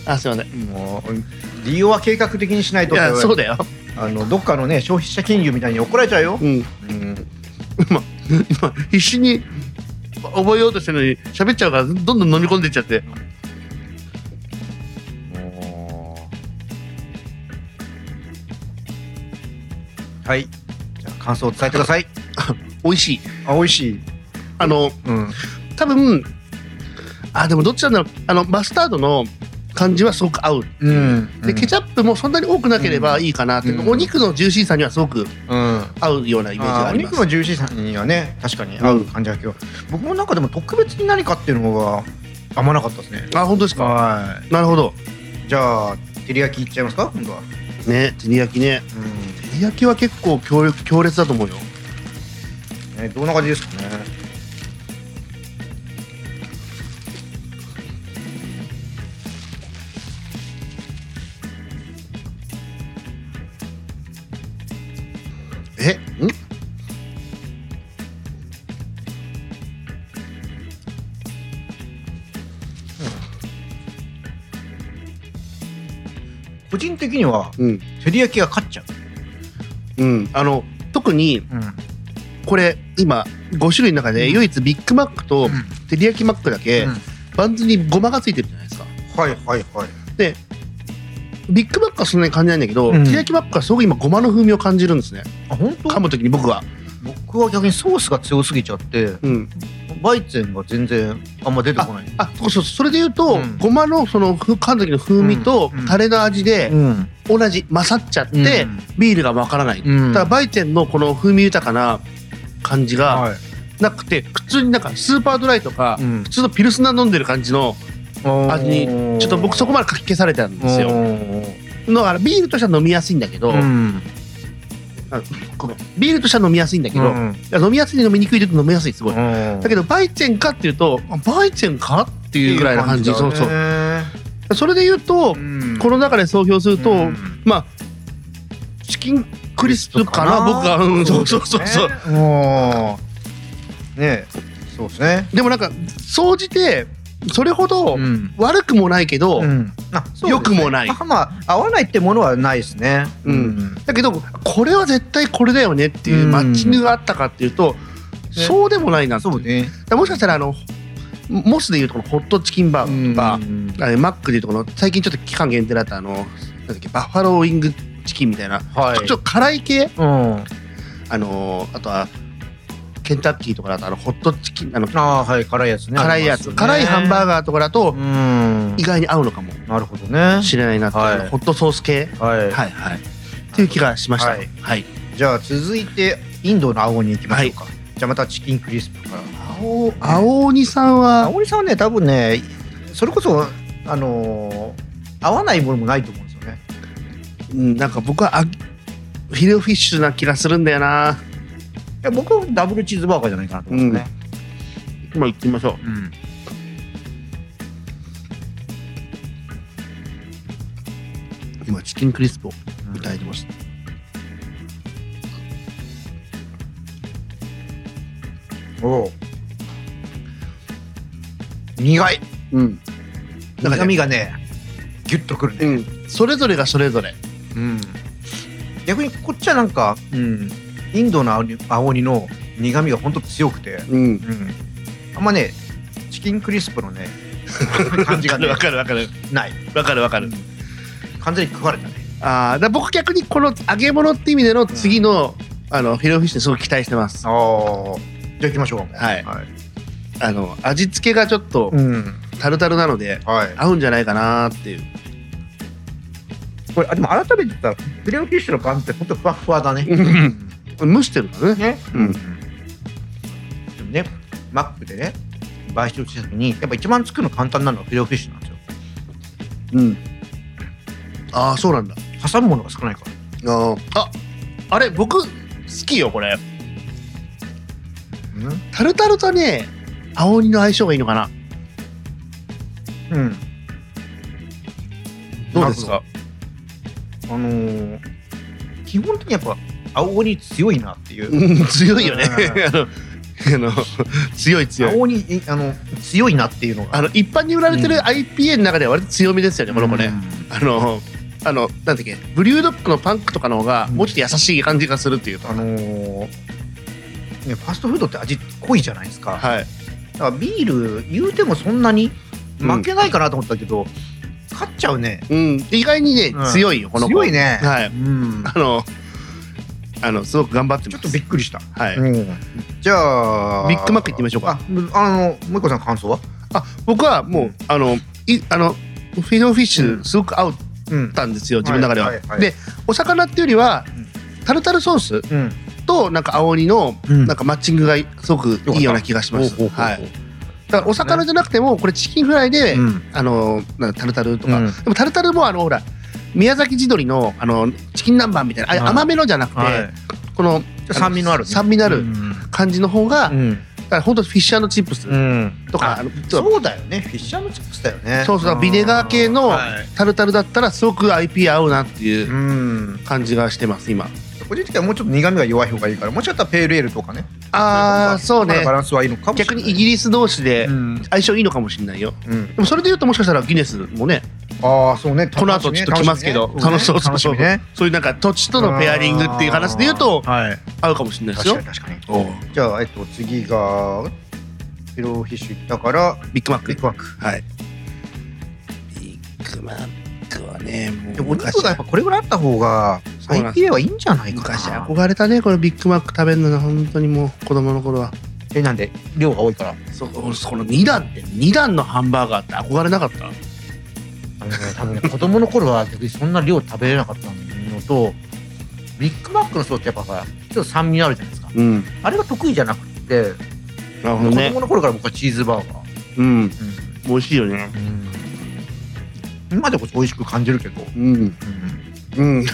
S1: あーすいません
S2: もう利用は計画的にしないと
S1: いやそう
S2: で
S1: だよ、
S2: あのどっかのね消費者金融みたいに怒られちゃうよ
S1: う、ん、
S2: うん、
S1: 今必死に覚えようとしてるのに喋っちゃうからどんどん飲み込んでっちゃって
S2: もうはいじゃあ感想を伝えてください
S1: 美味しい
S2: あ美味しい
S1: あの
S2: うん
S1: 多分あでもどっちなんだろうあのマスタードの感じはすごく合う
S2: うん
S1: でケチャップもそんなに多くなければいいかなって、
S2: うん
S1: お肉のジューシーさにはすごく
S2: うん
S1: 合うようなイメージが
S2: あ
S1: あ
S2: ーお
S1: りま
S2: 肉
S1: す
S2: のジューシーさにはね確かに合う感じが今日、僕もなんかでも特別に何かっていうのがあんまなかったですね
S1: あ本当ですか
S2: は
S1: なるほど
S2: いじゃあ照り焼きいっちゃいますか今度は、
S1: ね照り焼きね
S2: う
S1: 照り焼きは結構強力強烈だと思うよ
S2: んね、どんな感じですかね
S1: えん
S2: 個人的には
S1: うん
S2: 照り焼きが勝っちゃう、
S1: うんあの特に
S2: うん
S1: これ今5種類の中で
S2: うん
S1: 唯一ビッグマックと照り焼きマックだけ、
S2: うん
S1: バンズにごまがついてるじゃないですか
S2: はいはいはい
S1: ビッグマックはそんなに感じないんだけど、
S2: うん
S1: 照り焼きマックはすごく今ごまの風味を感じるんですね
S2: あ本
S1: 噛
S2: 当
S1: む時に僕は
S2: 僕は逆にソースが強すぎちゃって
S1: うん
S2: バイツェンが全然あんま出てこない
S1: あそうそうそれで言うと、
S2: うん
S1: ごまのそのふ噛んだ時の風味と、
S2: うんうん
S1: タレの味で
S2: ん
S1: 同じ勝っちゃって、
S2: で、
S1: ビールがわからない、
S2: うん
S1: ただバイチェンのこの風味豊かな感じが
S2: はい
S1: なくて、普通になんかスーパードライとか、
S2: うん
S1: 普通のピルスナー飲んでる感じの味にちょっと僕そこまでかき消されたんですよ
S2: で
S1: だからビールとしては飲みやすいんだけど、
S2: うん
S1: ごめんビールとしては飲みやすいんだけど、いや飲みやすい飲みにくいで言うと飲みやすいすごい、だけどバイチェンかっていうとあバイチェンかっていうぐらいの感じそうそうそれで言うと、この中で総評すると、まあチキンクリスプかな僕はうんそうそうそうそう
S2: うもうねそうですね
S1: でもなんか総じてそれほど
S2: ん
S1: 悪くもないけど、良くもない
S2: まあまあ合わないってものはないですね
S1: うんだけどこれは絶対これだよねっていうマッチングがあったかっていうと、そうでもないなって
S2: そうね
S1: だからもしかしたらあのモスでいうとこのホットチキンバーガー、
S2: うん
S1: あれマックでいうとこの最近ちょっと期間限定だったあのなんだっけバッファローウィングチキンみたいな、
S2: はい
S1: ちょっと辛い系
S2: うん
S1: あのーあとはケンタッキーとかだとあのホットチキンあの
S2: ああーはい辛いやつね
S1: 辛いやつ、辛いハンバー
S2: ガ
S1: ガーとかだと
S2: うん
S1: 意外に合うのかも
S2: なるほどね
S1: しれないなって、
S2: はい
S1: あのホットソース系
S2: はい、
S1: はいはいっていう気がしました
S2: はい
S1: はい、
S2: じゃあ続いてインドの青に行きましょうか、じゃあまたチキンクリスプから
S1: 青青鬼さんは
S2: 青鬼さんはね多分ねそれこそあのー合わないものもないと思うんですよね
S1: うんなんか僕はあフィレオフィッシュな気がするんだよない
S2: や僕はダブルチーズバーガーじゃないかなと思うんですね、
S1: 今行ってみましょう
S2: うん
S1: 今チキンクリスプをいただいてました、
S2: おう苦い
S1: うんなんか
S2: 苦
S1: ね
S2: みがねギュッとくるね、
S1: うん、それぞれがそれぞれ
S2: うん、逆にこっちはなんか、うん、インドの青鬼青鬼の苦みがほんと強くて、
S1: うん
S2: うん、あんまねチキンクリスプのね感じが、 ね
S1: わ、かるわかる
S2: ない
S1: わかるわかる
S2: 完全に食われたね
S1: あーだから僕逆にこの揚げ物って意味での次の,、あのフィレオフィッシュにすごく期待してます
S2: ああじゃあ行きましょう
S1: はい
S2: はい、
S1: あの味付けがちょっと
S2: うん
S1: タルタルなので
S2: はい、
S1: 合うんじゃないかなっていう
S2: これあでも改めて言ったらフィレオフィッシュの感じってほんとふわふわだね
S1: うん蒸してるからね
S2: ね、
S1: うん
S2: でもねマックでね買収した時にやっぱ一番作るの簡単なのはフィレオフィッシュなんですよ
S1: うんああそうなんだ
S2: 挟むものが少ないから
S1: あーああれ僕好きよこれ
S2: う、
S1: タルタルとね青鬼の相性がいいのかなんどうですか
S2: あのー基本的にやっぱ青鬼強いなっていう
S1: うん 強いよね
S2: う
S1: あのあの強い強い
S2: 青鬼いあの強いなっていうのが
S1: あの一般に売られてる IPA の中では割と強みですよね、この子ね。あの、あの、なんだっけ、ブリュードッグのパンクとかの方が、
S2: うん
S1: もうちょっと優しい感じがするっていう
S2: あ
S1: か。
S2: のーね、ファストフードって味濃いじゃないですか、
S1: はい。
S2: だからビール言うてもそんなに
S1: うん
S2: 負けないかなと思ったけど、勝っちゃうね
S1: うん、意外にね、
S2: うん
S1: 強いよ、この子。
S2: 強い。ね、
S1: はい
S2: うん、
S1: あの、あの、すごく頑張って
S2: ちょ
S1: ま
S2: っ
S1: す。
S2: とびっくりした、
S1: はい。
S2: うんじゃあ
S1: ビッグマック行ってみましょうか
S2: ああのもう一個さん感想は
S1: あ、僕はもう、
S2: うん
S1: あの、い、あの、フィレオフィッシ
S2: う
S1: ュ、
S2: ん
S1: すごく合っ
S2: うん
S1: たんですよ、自分の中では。
S2: はいはいはい
S1: で、お魚っていうよりは
S2: うん、
S1: タルタルソース
S2: うん
S1: と、なんか青鬼の、
S2: うん
S1: なんかマッチングが、すごくいいような気がします。
S2: ほうほうほうほう
S1: はい。だからお魚じゃなくてもこれチキンフライで、
S2: うん
S1: あのなんかタルタルとか、
S2: うん
S1: でもタルタルもあのほら宮崎地鶏のあのチキン南蛮みたいなあれ
S2: はい
S1: 甘めのじゃなくて、
S2: はい
S1: この
S2: じゃあ酸味のあるね
S1: 酸味のある
S2: うん
S1: 感じの方が、だ
S2: ん
S1: から本当フィッシュチップスとか、あのそう
S2: そうだよねフィッシャーのチップスだよね
S1: そうそうビネガー系の
S2: はい
S1: タルタルだったらすごく IP 合うなっていううん感じがしてます今
S2: 個人的にはもうちょっと苦みが弱い方がいいからもしかしたらペールエールとかね
S1: ああそう
S2: まだ
S1: ね
S2: バランスはいいのかもしれな
S1: 逆
S2: い
S1: にイギリス同士で
S2: うん
S1: 相性いいのかもしれないよ
S2: うん
S1: でもそれで言うともしかしたらギネスもね
S2: ああそうね
S1: この後ちょっと来ますけど楽しそう
S2: 楽しみね
S1: そういうなんか土地とのペアリングっていう話で言う
S2: あ
S1: と
S2: ーはい
S1: 合うかもしれないです
S2: 確
S1: よ
S2: かに確かに
S1: おう
S2: じゃあえっと次がピローフィッシュ行ったから
S1: ビッグマック
S2: ビッグマック
S1: はい。ビッグマックはね、も
S2: で
S1: う
S2: もお肉がやっぱこれぐらいあった方が
S1: そうなんです
S2: IPA はいいんじゃないか
S1: 昔
S2: な
S1: 憧れたね、このビッグマック食べるのが本当にもう子供の頃は。
S2: えなんで量が多いから
S1: そう、俺この二段って二段のハンバーガーって憧れなかった。
S2: あのね、多分ね、子供の頃は逆にそんな量食べれなかったのと、ビッグマックの層ってやっぱさ、ちょっと酸味あるじゃないですか。
S1: うん。
S2: あれが得意じゃなくて、
S1: なる
S2: 子供。の頃から僕はチーズバーガー。
S1: うん。美味しいよね。
S2: うん今でこそ美味しく感じるけど、
S1: うん。うん。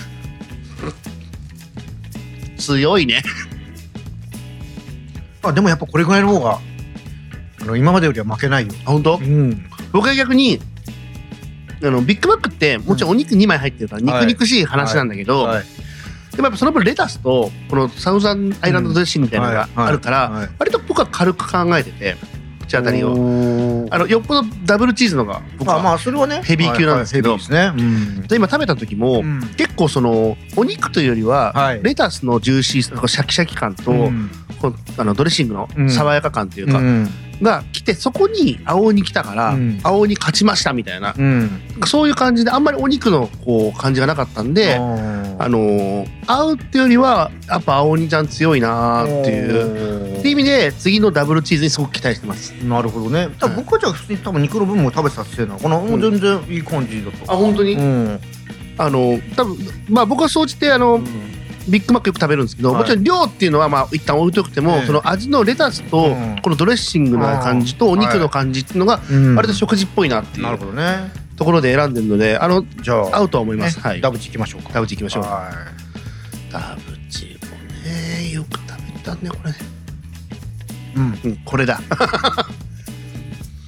S1: 強いね。
S2: あでもやっぱこれぐらいの方があの今までよりは負けないよ、
S1: あ本当？
S2: ん、
S1: 僕は逆に。あのビッグマックってもちろんお肉2枚入ってるから
S2: うん
S1: 肉肉しい話なんだけど、
S2: はい
S1: でもやっぱその分レタスとこのサウザンアイランドドレッシングみたいなのがあるから、
S2: はい
S1: 割と僕は軽く考えてて口当たりを
S2: を
S1: あのよっぽどダブルチーズの方が僕
S2: まあ
S1: は、
S2: まあそれはね
S1: ヘビー級なんですけど
S2: はいはいヘビーですね
S1: で今食べた時も、
S2: うん、
S1: 結構そのお肉というよりは、
S2: はい
S1: レタスのジューシーさシャキシャキ感と、
S2: うん
S1: こうあのドレッシングの
S2: うん
S1: 爽やか感というか、
S2: うん
S1: が来てそこに青鬼来たから、
S2: うん
S1: 青鬼勝ちましたみたいな
S2: うん
S1: そういう感じであんまりお肉のこう感じがなかったん
S2: で
S1: で、あ
S2: あ
S1: のー合うっていうよりはやっぱ青鬼ちゃん強いなーっていう。っていう意味で次のダブルチーズにすごく期待してます。
S2: なるほどね多分僕はじゃあ普通に多分肉の分も食べてたせいなのかな、もう全然いい感じだと
S1: 本当に
S2: うん
S1: あの多分まあ僕は総じてあのビッグマックよく食べるんですけど、
S2: はい
S1: もちろん量っていうのはまあ一旦置いとくても、
S2: ええ
S1: その味のレタス
S2: う
S1: と
S2: ん
S1: このドレッシングの感じとお肉の感じっていうのが
S2: うん
S1: 割と食事っぽいなってい
S2: なる
S1: う
S2: ほどね
S1: ところで選んでるのであの
S2: じゃあ
S1: 合うとは思います。
S2: ね
S1: はい。
S2: ダ
S1: ダ
S2: ブチいきましょうか
S1: ブチ行きましょう。
S2: は
S1: ダブチもねよく食べたねこれね。
S2: いうん
S1: うんこれだ。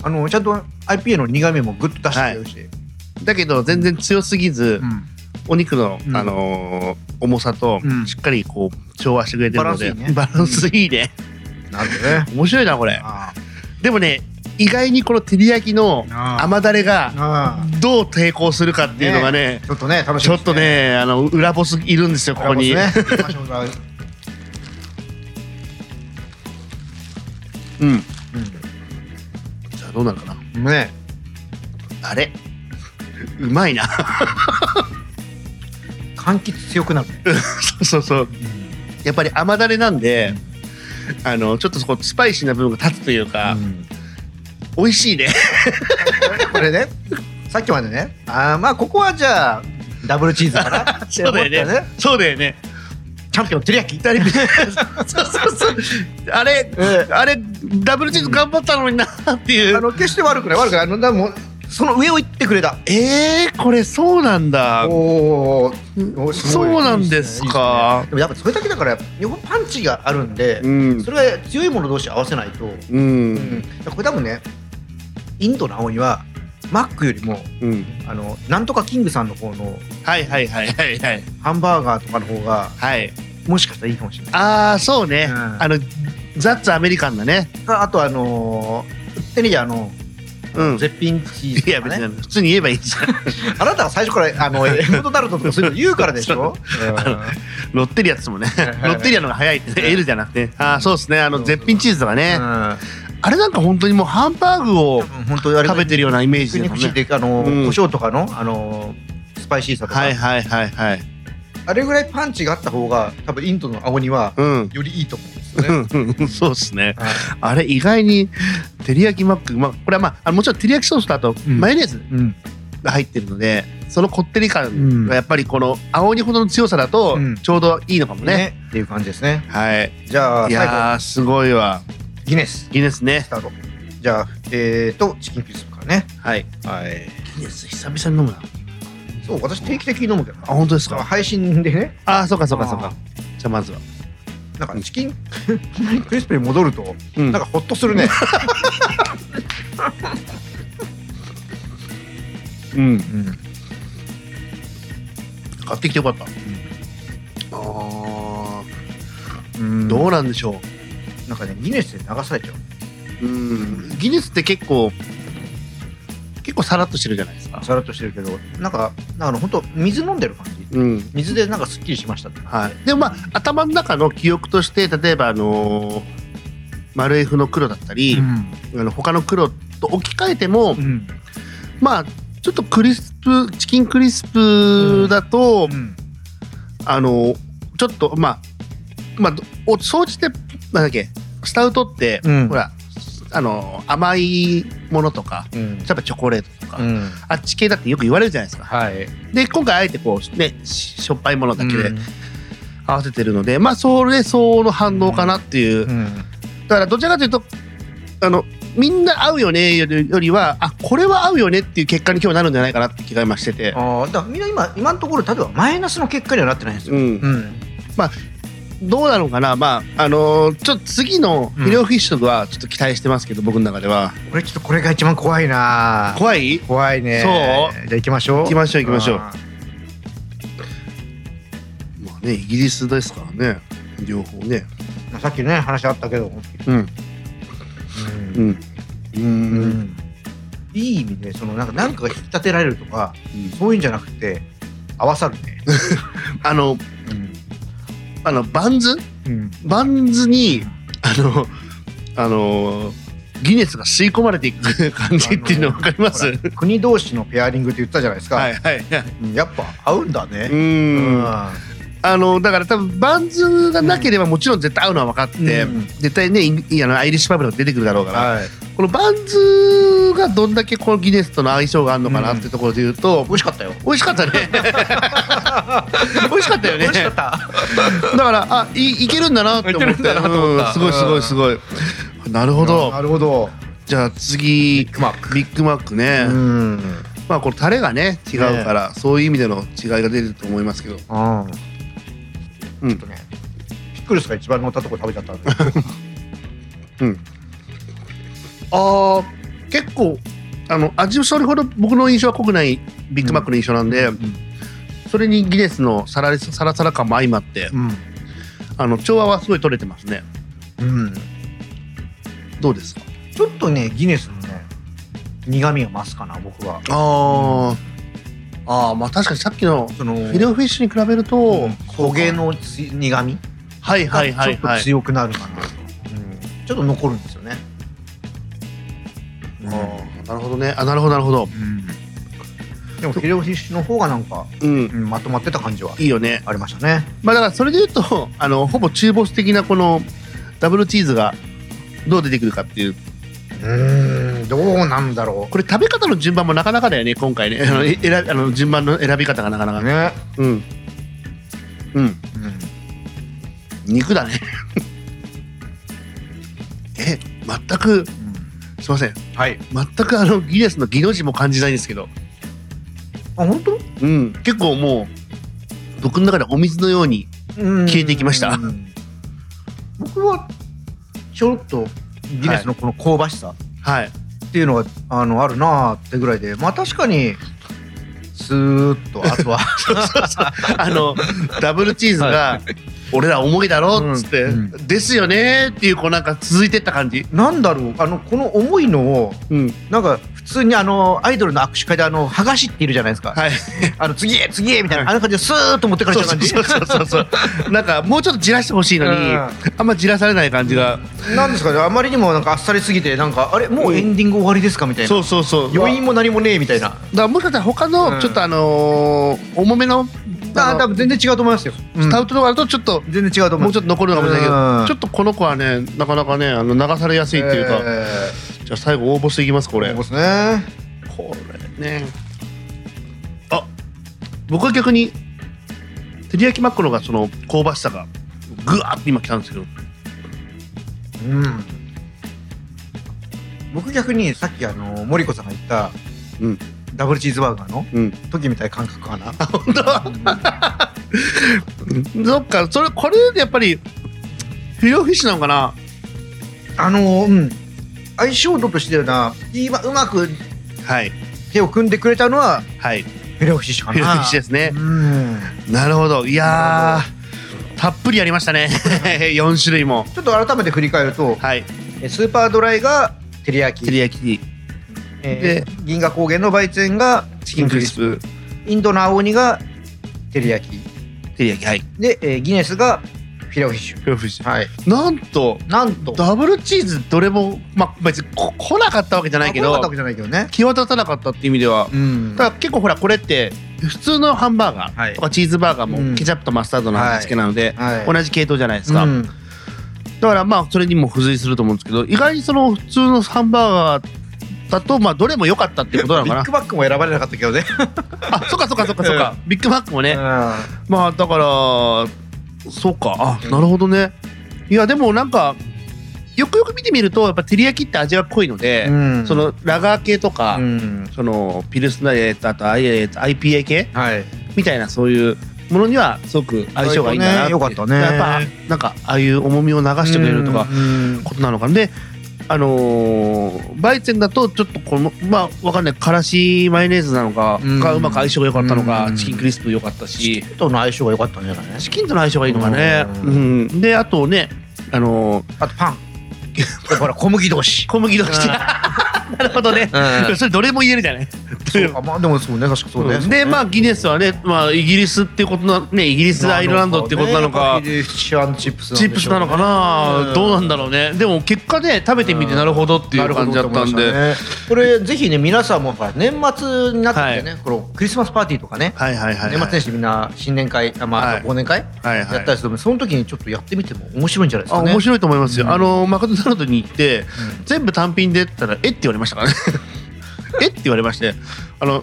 S2: あのちゃんと IPA の苦味もグッと出してるし、
S1: だけど全然強すぎず
S2: うん
S1: お肉の
S2: うん
S1: あのー重さと
S2: うん
S1: しっかりこう調和してくれてるので
S2: バランス
S1: バランス
S2: いいね
S1: いいね。
S2: なるほどね
S1: 面白いなこれ。
S2: あ
S1: でもね意外にこの照り焼きの
S2: あ
S1: 甘だれが
S2: あ
S1: どう抵抗するかっていうのがね
S2: ちょっとね楽し
S1: ち
S2: み
S1: ょ
S2: で
S1: っ
S2: す
S1: とねあの裏ボスいるんですよここに、
S2: ラボスね行きましょうか
S1: うんじゃあどうなるかな
S2: うんね
S1: あれうまいな
S2: 柑橘強くなるね
S1: そうそうそうやっぱり甘だれなんであのちょっとそこスパイシーな部分が立つというか、
S2: うん
S1: 美味しいね
S2: これねさっきまでねあーまあここはじゃあダブルチーズかなっ て
S1: そ
S2: 思
S1: う
S2: った
S1: だ
S2: よ
S1: よね
S2: ね
S1: そうだよね
S2: チャンピオン照り焼きダ
S1: そうそうそう あれ
S2: え
S1: あれダブルチーズ頑張ったのになってい
S2: あ
S1: う
S2: の決して悪くない悪くないあのだもうその上を行ってくれた
S1: えー、これそうなんだ
S2: おーおーす
S1: そ
S2: ごいう
S1: なんですか
S2: いいですねいいですねでもやっぱそれだけだからやっぱパンチがあるんで、
S1: うん
S2: それが強いもの同士合わせないと、
S1: う
S2: うんん、これ多分ねインドの青鬼はマックよりも
S1: うん
S2: あのなんとかキングさんの方の
S1: はいはいはいはいはい
S2: ハンバーガーとかの方が
S1: はい
S2: もしかしたらいいかもしれない
S1: ああそうね、
S2: うん
S1: あのザッツアメリカンだね
S2: ああとあのー、売ってねえじゃんあの、
S1: うん
S2: 絶品チーズ
S1: いや
S2: と
S1: 別
S2: か、ね、
S1: に普通に言えばいいじゃん
S2: あなたは最初から あのエムドナルドとかそういうの言うからでしょ、
S1: 乗ってるやつもね
S2: いは
S1: 乗
S2: い
S1: ってるやのが早いってね L じゃなくてああそうですねあの
S2: そうそう
S1: 絶品チーズとか
S2: う
S1: ね、
S2: んうん
S1: あれなんか本当にもうハンバーグを
S2: 多分本当にあれ
S1: 食べてるようなイメージ
S2: ピ
S1: だ
S2: クニ
S1: もん
S2: ック
S1: ね
S2: であの、
S1: うん
S2: 胡椒とかのあのスパイシーさとか、
S1: はいはいはいはい
S2: あれぐらいパンチがあった方が多分インドの青には
S1: うん
S2: よりいいと思うんです
S1: う
S2: よね。
S1: んうんうんそうですね
S2: はい
S1: あれ意外に照り焼きマック、まあ、これはまああのもちろん照り焼きソースとあと
S2: ん
S1: マヨネーズ
S2: うん
S1: が入ってるので、そのこってり感
S2: うん
S1: がやっぱりこの青鬼ほどの強さだと
S2: うん
S1: ちょうどいいのかもね、
S2: ねっていう感じですね。
S1: はい
S2: じゃあ
S1: い
S2: 最後
S1: やーすごいわ
S2: ギネス
S1: ギネスね
S2: スタート。じゃあえー、とチキンピースからね。
S1: はい
S2: はい。
S1: ギネス久々に飲むな
S2: そう私定期的に飲むけどな。
S1: あ本当です
S2: その
S1: か
S2: 配信でね
S1: あーそうかそうかそう
S2: あ
S1: かじゃあまずは
S2: なんかチキン クリスプに戻ると
S1: うん
S2: なんかホッとするね。
S1: うん
S2: うん
S1: 買ってきてよかった、あ
S2: うん
S1: ーどうなんでしょ
S2: なんかねギネスで流されちゃう。
S1: ううんギネスって結構結構さらっとしてるじゃないですか
S2: さらっとしてるけどなんかなんか本当水飲んでる感じ。
S1: うん
S2: 水でなんかすっきりしましたって。
S1: はい、でもまあ頭の中の記憶として例えばあのー丸 F の黒だったり、あの他の黒と置き換えても、
S2: うん
S1: まあちょっとクリスプチキンクリスプだと、
S2: うん
S1: あのちょっとまあまあどお総じてなんだっけスタウトって、
S2: うん
S1: ほらあの甘いものとか
S2: うん
S1: 例えばチョコレートとか、
S2: うん
S1: あっち系だってよく言われるじゃないですか
S2: はい
S1: で今回あえてこうねししょっぱいものだけ
S2: う
S1: で
S2: ん
S1: 合わせてるので、まあそれ相応の反応かなっていう、
S2: うん
S1: だからどちらかというとあのみんな合うよねよりよりはあこれは合うよねっていう結果に今日なるんじゃないかなって気が今してて、
S2: ああだからみんな今今のところ例えばマイナスの結果にはなってないんですよ。
S1: うん
S2: うん
S1: どうなのかな、まああのーちょっと次の医療フィッシュとはちょっと期待してますけど、僕の中では
S2: これちょっとこれが一番怖いな。
S1: 怖い
S2: 怖いね。。
S1: そう
S2: じゃあ行きましょう。
S1: 行きましょう行きましょう
S2: あ
S1: まあねイギリスですからね両方ね
S2: ーまあさっきね話あったけど。
S1: うん
S2: う
S1: うんんう
S2: うんんいい意味でそのなんか何かが引き立てられるとかそういうんじゃなくて合わさるね。
S1: あのあのバンズ
S2: うん
S1: バンズにあのあのーギネスが吸い込まれていく感じっていうの分かります
S2: あのほら国同士のペアリングって言ったじゃないですか、
S1: はいはいはい
S2: うんやっぱ合うんだね
S1: う、んあのだから多分バンズがなければもちろん絶対合うのは分かって、
S2: うん
S1: 絶対ねインいやあのアイリッシュパブとか出てくるだろうから、
S2: はい、
S1: このバンズがどんだけこのギネスとの相性があるのかなっていうところで言うと、
S2: 美味しかったよ
S1: 美味しか ったね美味しかったよね
S2: 美味しかった
S1: だからあいいけるんだなって思っ
S2: いけ
S1: て
S2: るんだなと思った
S1: うんすごいすごいすごいなるほど
S2: なるほど
S1: じゃあ次ビ
S2: ッグマッ
S1: クビッグマックね、
S2: うん
S1: まあこれタレがね違うから、そういう意味での違いが出ると思いますけど
S2: あ
S1: うん
S2: ちょっとねピクルスが一番乗ったとこ食べちゃったんで
S1: うんあー結構あの味はそれほど僕の印象は濃くないビッグマックの印象なんで、それにギネスのサラリサラサラ感も相まって
S2: うん
S1: あの調和はすごい取れてますね
S2: うん
S1: どうですか
S2: ちょっとねギネスのね苦味が増すかな僕は
S1: あーあーまあ確かにさっきの
S2: その
S1: フィレオフィッシュに比べると、
S2: 焦げのつ苦味
S1: はいはい
S2: が
S1: は
S2: ち
S1: い
S2: ょっ
S1: は
S2: と
S1: い
S2: 強くなるかな、うんちょっと残るんですよね、
S1: あーなるほどねあなるほどなるほど
S2: うんでもフィレオフィッシュの方がなんか、
S1: うん
S2: うんまとまってた感じはい
S1: いよね
S2: ありましたね
S1: まあだからそれで言うと あのほぼ中ボス的なこのダブルチーズがどう出てくるかっていう
S2: うんどうなんだろ
S1: これ食べ方の順番もなかなかだよね今回ねあのえ選びあの順番の選び方がなかなかね
S2: ね、
S1: うんうん肉だね え全くすいません
S2: はい
S1: 全くあのギネスのギの字も感じないんですけど
S2: あ本当
S1: うん結構もう僕の中でお水のように消えていきました
S2: うん僕はちょろっとギネスのこの香ばしさ
S1: はい
S2: っていうのがあのあるなあってぐらいでまあ確かにスーッとあ とは
S1: あのダブルチーズが俺ら重いだろっつって、
S2: うん
S1: ですよねーっていうこうなんか続いてった感じ
S2: なんだろうあのこの重いのを
S1: うん
S2: なんか普通にあのアイドルの握手会であの剥がしっているじゃないですか、
S1: はい
S2: あの次へ次へみたいな、
S1: は
S2: あの感じでスーッと持ってかれち
S1: そ
S2: ゃ
S1: う
S2: う感じ
S1: そうそうそうそうなんかもうちょっとじらしてほしいのに、
S2: うん
S1: あんまじらされない感じが、
S2: なんですかねあまりにもなんかあっさりすぎてなんかあれもうエンディング終わりですかみたいな、
S1: そうそうそう
S2: 余韻も何もねえみたいな
S1: だからもしかしたら他
S2: うん
S1: のちょっとあのー重めの
S2: あ
S1: あ
S2: ー
S1: の
S2: 多分全然違うと思いますよ、
S1: スタウトとかだとちょっと、
S2: 全然違うと
S1: も
S2: 思いま
S1: う
S2: す
S1: ちょっと残るのかもしれないけど、
S2: うん
S1: ちょっとこの子はねなかなかねあの流されやすいっていうか、
S2: え
S1: じゃあ最後応募していきますこ
S2: ー
S1: れ
S2: そうですね
S1: これねあ僕は逆に照り焼きマッコの方がその香ばしさがぐわーって今来たんですけ ど
S2: うん僕逆にさっきあの森子さんが言った、
S1: うん
S2: ダブルチーズバーガーの
S1: うん
S2: 時みたいな感覚かな
S1: 本当そっかそれこれやっぱりフィレオフィッシュなのかな
S2: あのうん相性度としてはな今うまく
S1: はい
S2: 手を組んでくれたのは
S1: はいフ
S2: フィレオフィッシュか
S1: ィレオフィッ
S2: な
S1: シュですね
S2: うん
S1: なるほどいやーたっぷりやりました ね4種類も
S2: ちょっと改めて振り返ると
S1: はい
S2: えスーパードライが照り焼
S1: 照
S2: き、
S1: り焼き
S2: えー銀河高原のバイツェンがチ
S1: チ
S2: キ
S1: キ
S2: ン
S1: ン
S2: ク
S1: ク
S2: リ
S1: リ
S2: ス
S1: ス
S2: プ
S1: プ
S2: インドの青鬼が照り焼き
S1: 照り焼きはいフ
S2: で、えーギネスがフィレオフィッシュ
S1: ィレオフィッシュ
S2: はい
S1: なんと
S2: なんと
S1: ダブルチーズどれもまあ別にこ来なかったわけじゃないけ
S2: あ来なか
S1: ど
S2: ったわけじゃないけどね
S1: 際立たなかったっていう意味では、
S2: うん
S1: ただ結構ほらこれって普通のハンバーガ
S2: はい
S1: ーとかチーズバーガー
S2: うん
S1: もケチャップとマスタードの味付けなので、
S2: はい
S1: 同じ系統じゃないですか、
S2: うん
S1: だからまあそれにも付随すると思うんですけど意外にその普通のハンバーガーだとまあどれも良かったってことなの
S2: ビ
S1: か
S2: ッ
S1: な
S2: グバックも選ばれなかったけどね。
S1: あそっかそっかそっかそっか、ビッグマック もね、
S2: う
S1: まあだからそうかあ
S2: うん
S1: なるほどねいやでもなんかよくよく見てみるとやっぱ照り焼きって味が濃いので、
S2: ん
S1: そ、のラガー系とか、
S2: うん、
S1: そのピルスナーえーとあとあいえーと IPA 系
S2: はい。
S1: みたいなそういうものにはすごく相性がいいんだなて
S2: 意外とね良かったね
S1: やっぱなんかああいう重みを流してくれるとか
S2: うん
S1: ことなのかなであのーバイチェンだとちょっとこのまあわかんないからしマヨネーズなのか
S2: うん
S1: がうまく相性が良かったのか
S2: うん
S1: チキンクリスプ良かったし
S2: チキンとの相性が良かったんじゃない？
S1: チキンとの相性がいいのかね
S2: う
S1: うんであとねあのー
S2: あとパン。 ほら小麦同士。
S1: 小麦の口
S2: うん
S1: なるほどね
S2: う ん
S1: それどれも言えるじゃない
S2: そうかまあでもそうね確かそうね。
S1: でまあギネスはね、まあ、イギリスってことなねイギリスアイルランドってことなのか、
S2: ねやっぱりシャンチップス
S1: チップスなのかな、どうなんだろうねでも結果ね食べてみてなるほどっていう感じだったんで、
S2: これぜひね皆さんもほら年末になってね、このクリスマスパーティーとかね、
S1: はいはいはい、
S2: 年末年始みんな新年会あま
S1: は
S2: あ
S1: い
S2: 忘年会
S1: はいはい
S2: やったりするのでその時にちょっとやってみても面白いんじゃないです
S1: あ
S2: かね。
S1: 面白いと思いますよ、
S2: うん
S1: あのマクドナルドに行って、全部単品でって言ったら「えっ?」て言われました からねえって言われましてあの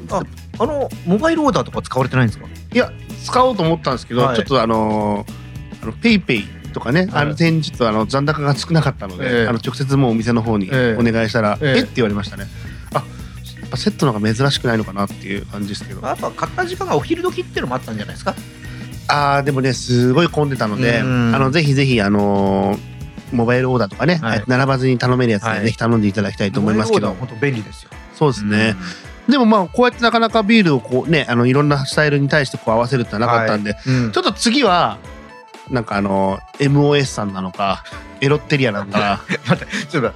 S2: あのモバイルオーダーとか使われてないんですか。
S1: いや使おうと思ったんですけど、
S2: はい
S1: ちょっとあのーあのペイペイとかね、
S2: はい
S1: あの点ちょっとあの残高が少なかったので、
S2: ええ
S1: あの直接もうお店の方に
S2: ええ
S1: お願いしたら「
S2: え
S1: え
S2: え
S1: っ?」て言われましたねあやっぱセットの方が珍しくないのかなっていう感じですけど
S2: やっぱ買った時間がお昼時っていうのもあったんじゃないですか。
S1: あーでもねすごい混んでたので、
S2: うん
S1: あのぜひぜひあのーモバイルオーダーとかね、
S2: はい
S1: 並ばずに頼めるやつでね、
S2: はい
S1: ぜひ頼んでいただきたいと思いますけど
S2: モバイルオーダーは本当便利ですよ。
S1: そうですね、でもまあこうやってなかなかビールをこうねあのいろんなスタイルに対してこう合わせるってのはなかったんで、
S2: うん。うん
S1: ちょっと次はなんかあの MOS さんなのかエロッテリアなの か
S2: ちょっと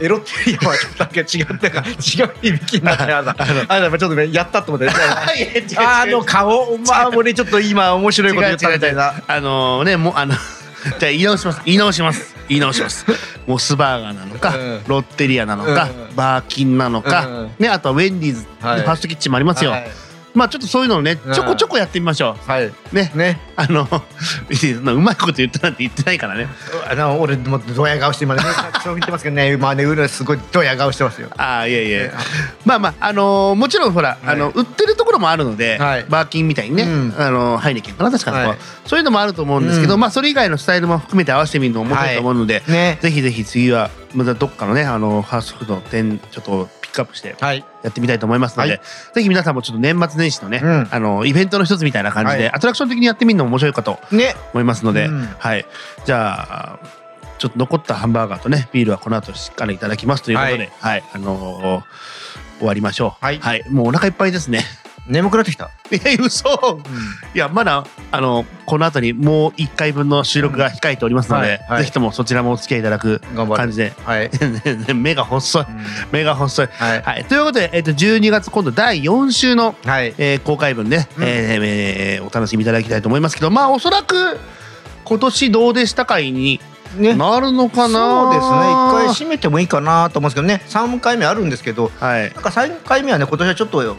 S2: エロテリアはちょっとなんか違ったか違う響きになってあだあだちょっとねやったと思って。
S1: いや違う違う
S2: あの顔まあ俺ちょっと今面白いこと言ったみたいな。
S1: あのねもうあの じゃあ言い直します言い直します言い直しますモスバーガーなのか、
S2: うん
S1: ロッテリアなのか、
S2: うん
S1: バーキンなのか、
S2: うん
S1: ね、あとはウェンディーズ、
S2: はい
S1: でファーストキッチンもありますよ、
S2: はい
S1: まあちょっとそういうのをねちょこちょこやってみましょ
S2: はい。
S1: うね
S2: ね。
S1: あの うまいこと言ったなんて言ってないからね
S2: あの俺もうドヤ顔して今ねそう言ってますけどね今ねうるすごいドヤ顔してますよ。
S1: ああいやいやまあまああのーもちろんほら、
S2: はい
S1: あの売ってるところもあるので、
S2: はい
S1: バーキンみたいにね、
S2: うん
S1: あのーハイネケンかな確かそこは、
S2: はい
S1: そういうのもあると思うんですけど、
S2: うん
S1: まあそれ以外のスタイルも含めて合わせてみるのも面白いと思うので、
S2: ね。
S1: ぜひぜひ次はまたどっかのねあのーファーストフードの点ちょっとピックアップして
S2: はい。
S1: やってみたいと思いますので、
S2: はい
S1: ぜひ皆さんもちょっと年末年始のね、
S2: うん
S1: あのーイベントの一つみたいな感じで、
S2: は
S1: アトラクション的にやってみるのも面白いかと
S2: ね。
S1: 思いますので、
S2: うん
S1: はいじゃあちょっと残ったハンバーガーとねビールはこの後しっかりいただきますということで、は
S2: はい
S1: あのー終わりましょう
S2: はい
S1: もうお腹いっぱいです ね
S2: 眠くなってきた。
S1: いや嘘いやまだあのこの後にもう1回分の収録が控えておりますので、
S2: はいはい
S1: ぜひともそちらもお付き合いいただく
S2: 頑張
S1: 感
S2: る。
S1: じで
S2: はい。
S1: 目が細い
S2: うん
S1: 目が細い、
S2: はい。
S1: はい、ということで、えっと12月今度第4週の
S2: はい。
S1: えー公開分ね、
S2: うん
S1: えーえーお楽しみいただきたいと思いますけどまあおそらく今年どうでした会に
S2: ね。
S1: なるのか
S2: そうですね一回
S1: な
S2: 閉めてもいいかなと思うんですけどね3回目あるんですけど
S1: はい
S2: なんか3回目はね今年はちょっと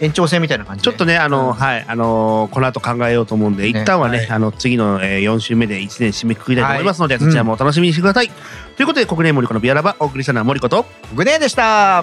S2: 延長戦みたいな感じ
S1: ちょ
S2: で
S1: っとねあの、
S2: うん
S1: はいあのーこの後考えようと思うんで一旦はね
S2: はい
S1: あの次の、えー、4週目で1年締めくくりたいと思いますので、
S2: はい
S1: そちらもお楽しみにしてください、ということで国連森子のビアラバお送りしたのは森子と
S2: グネーでした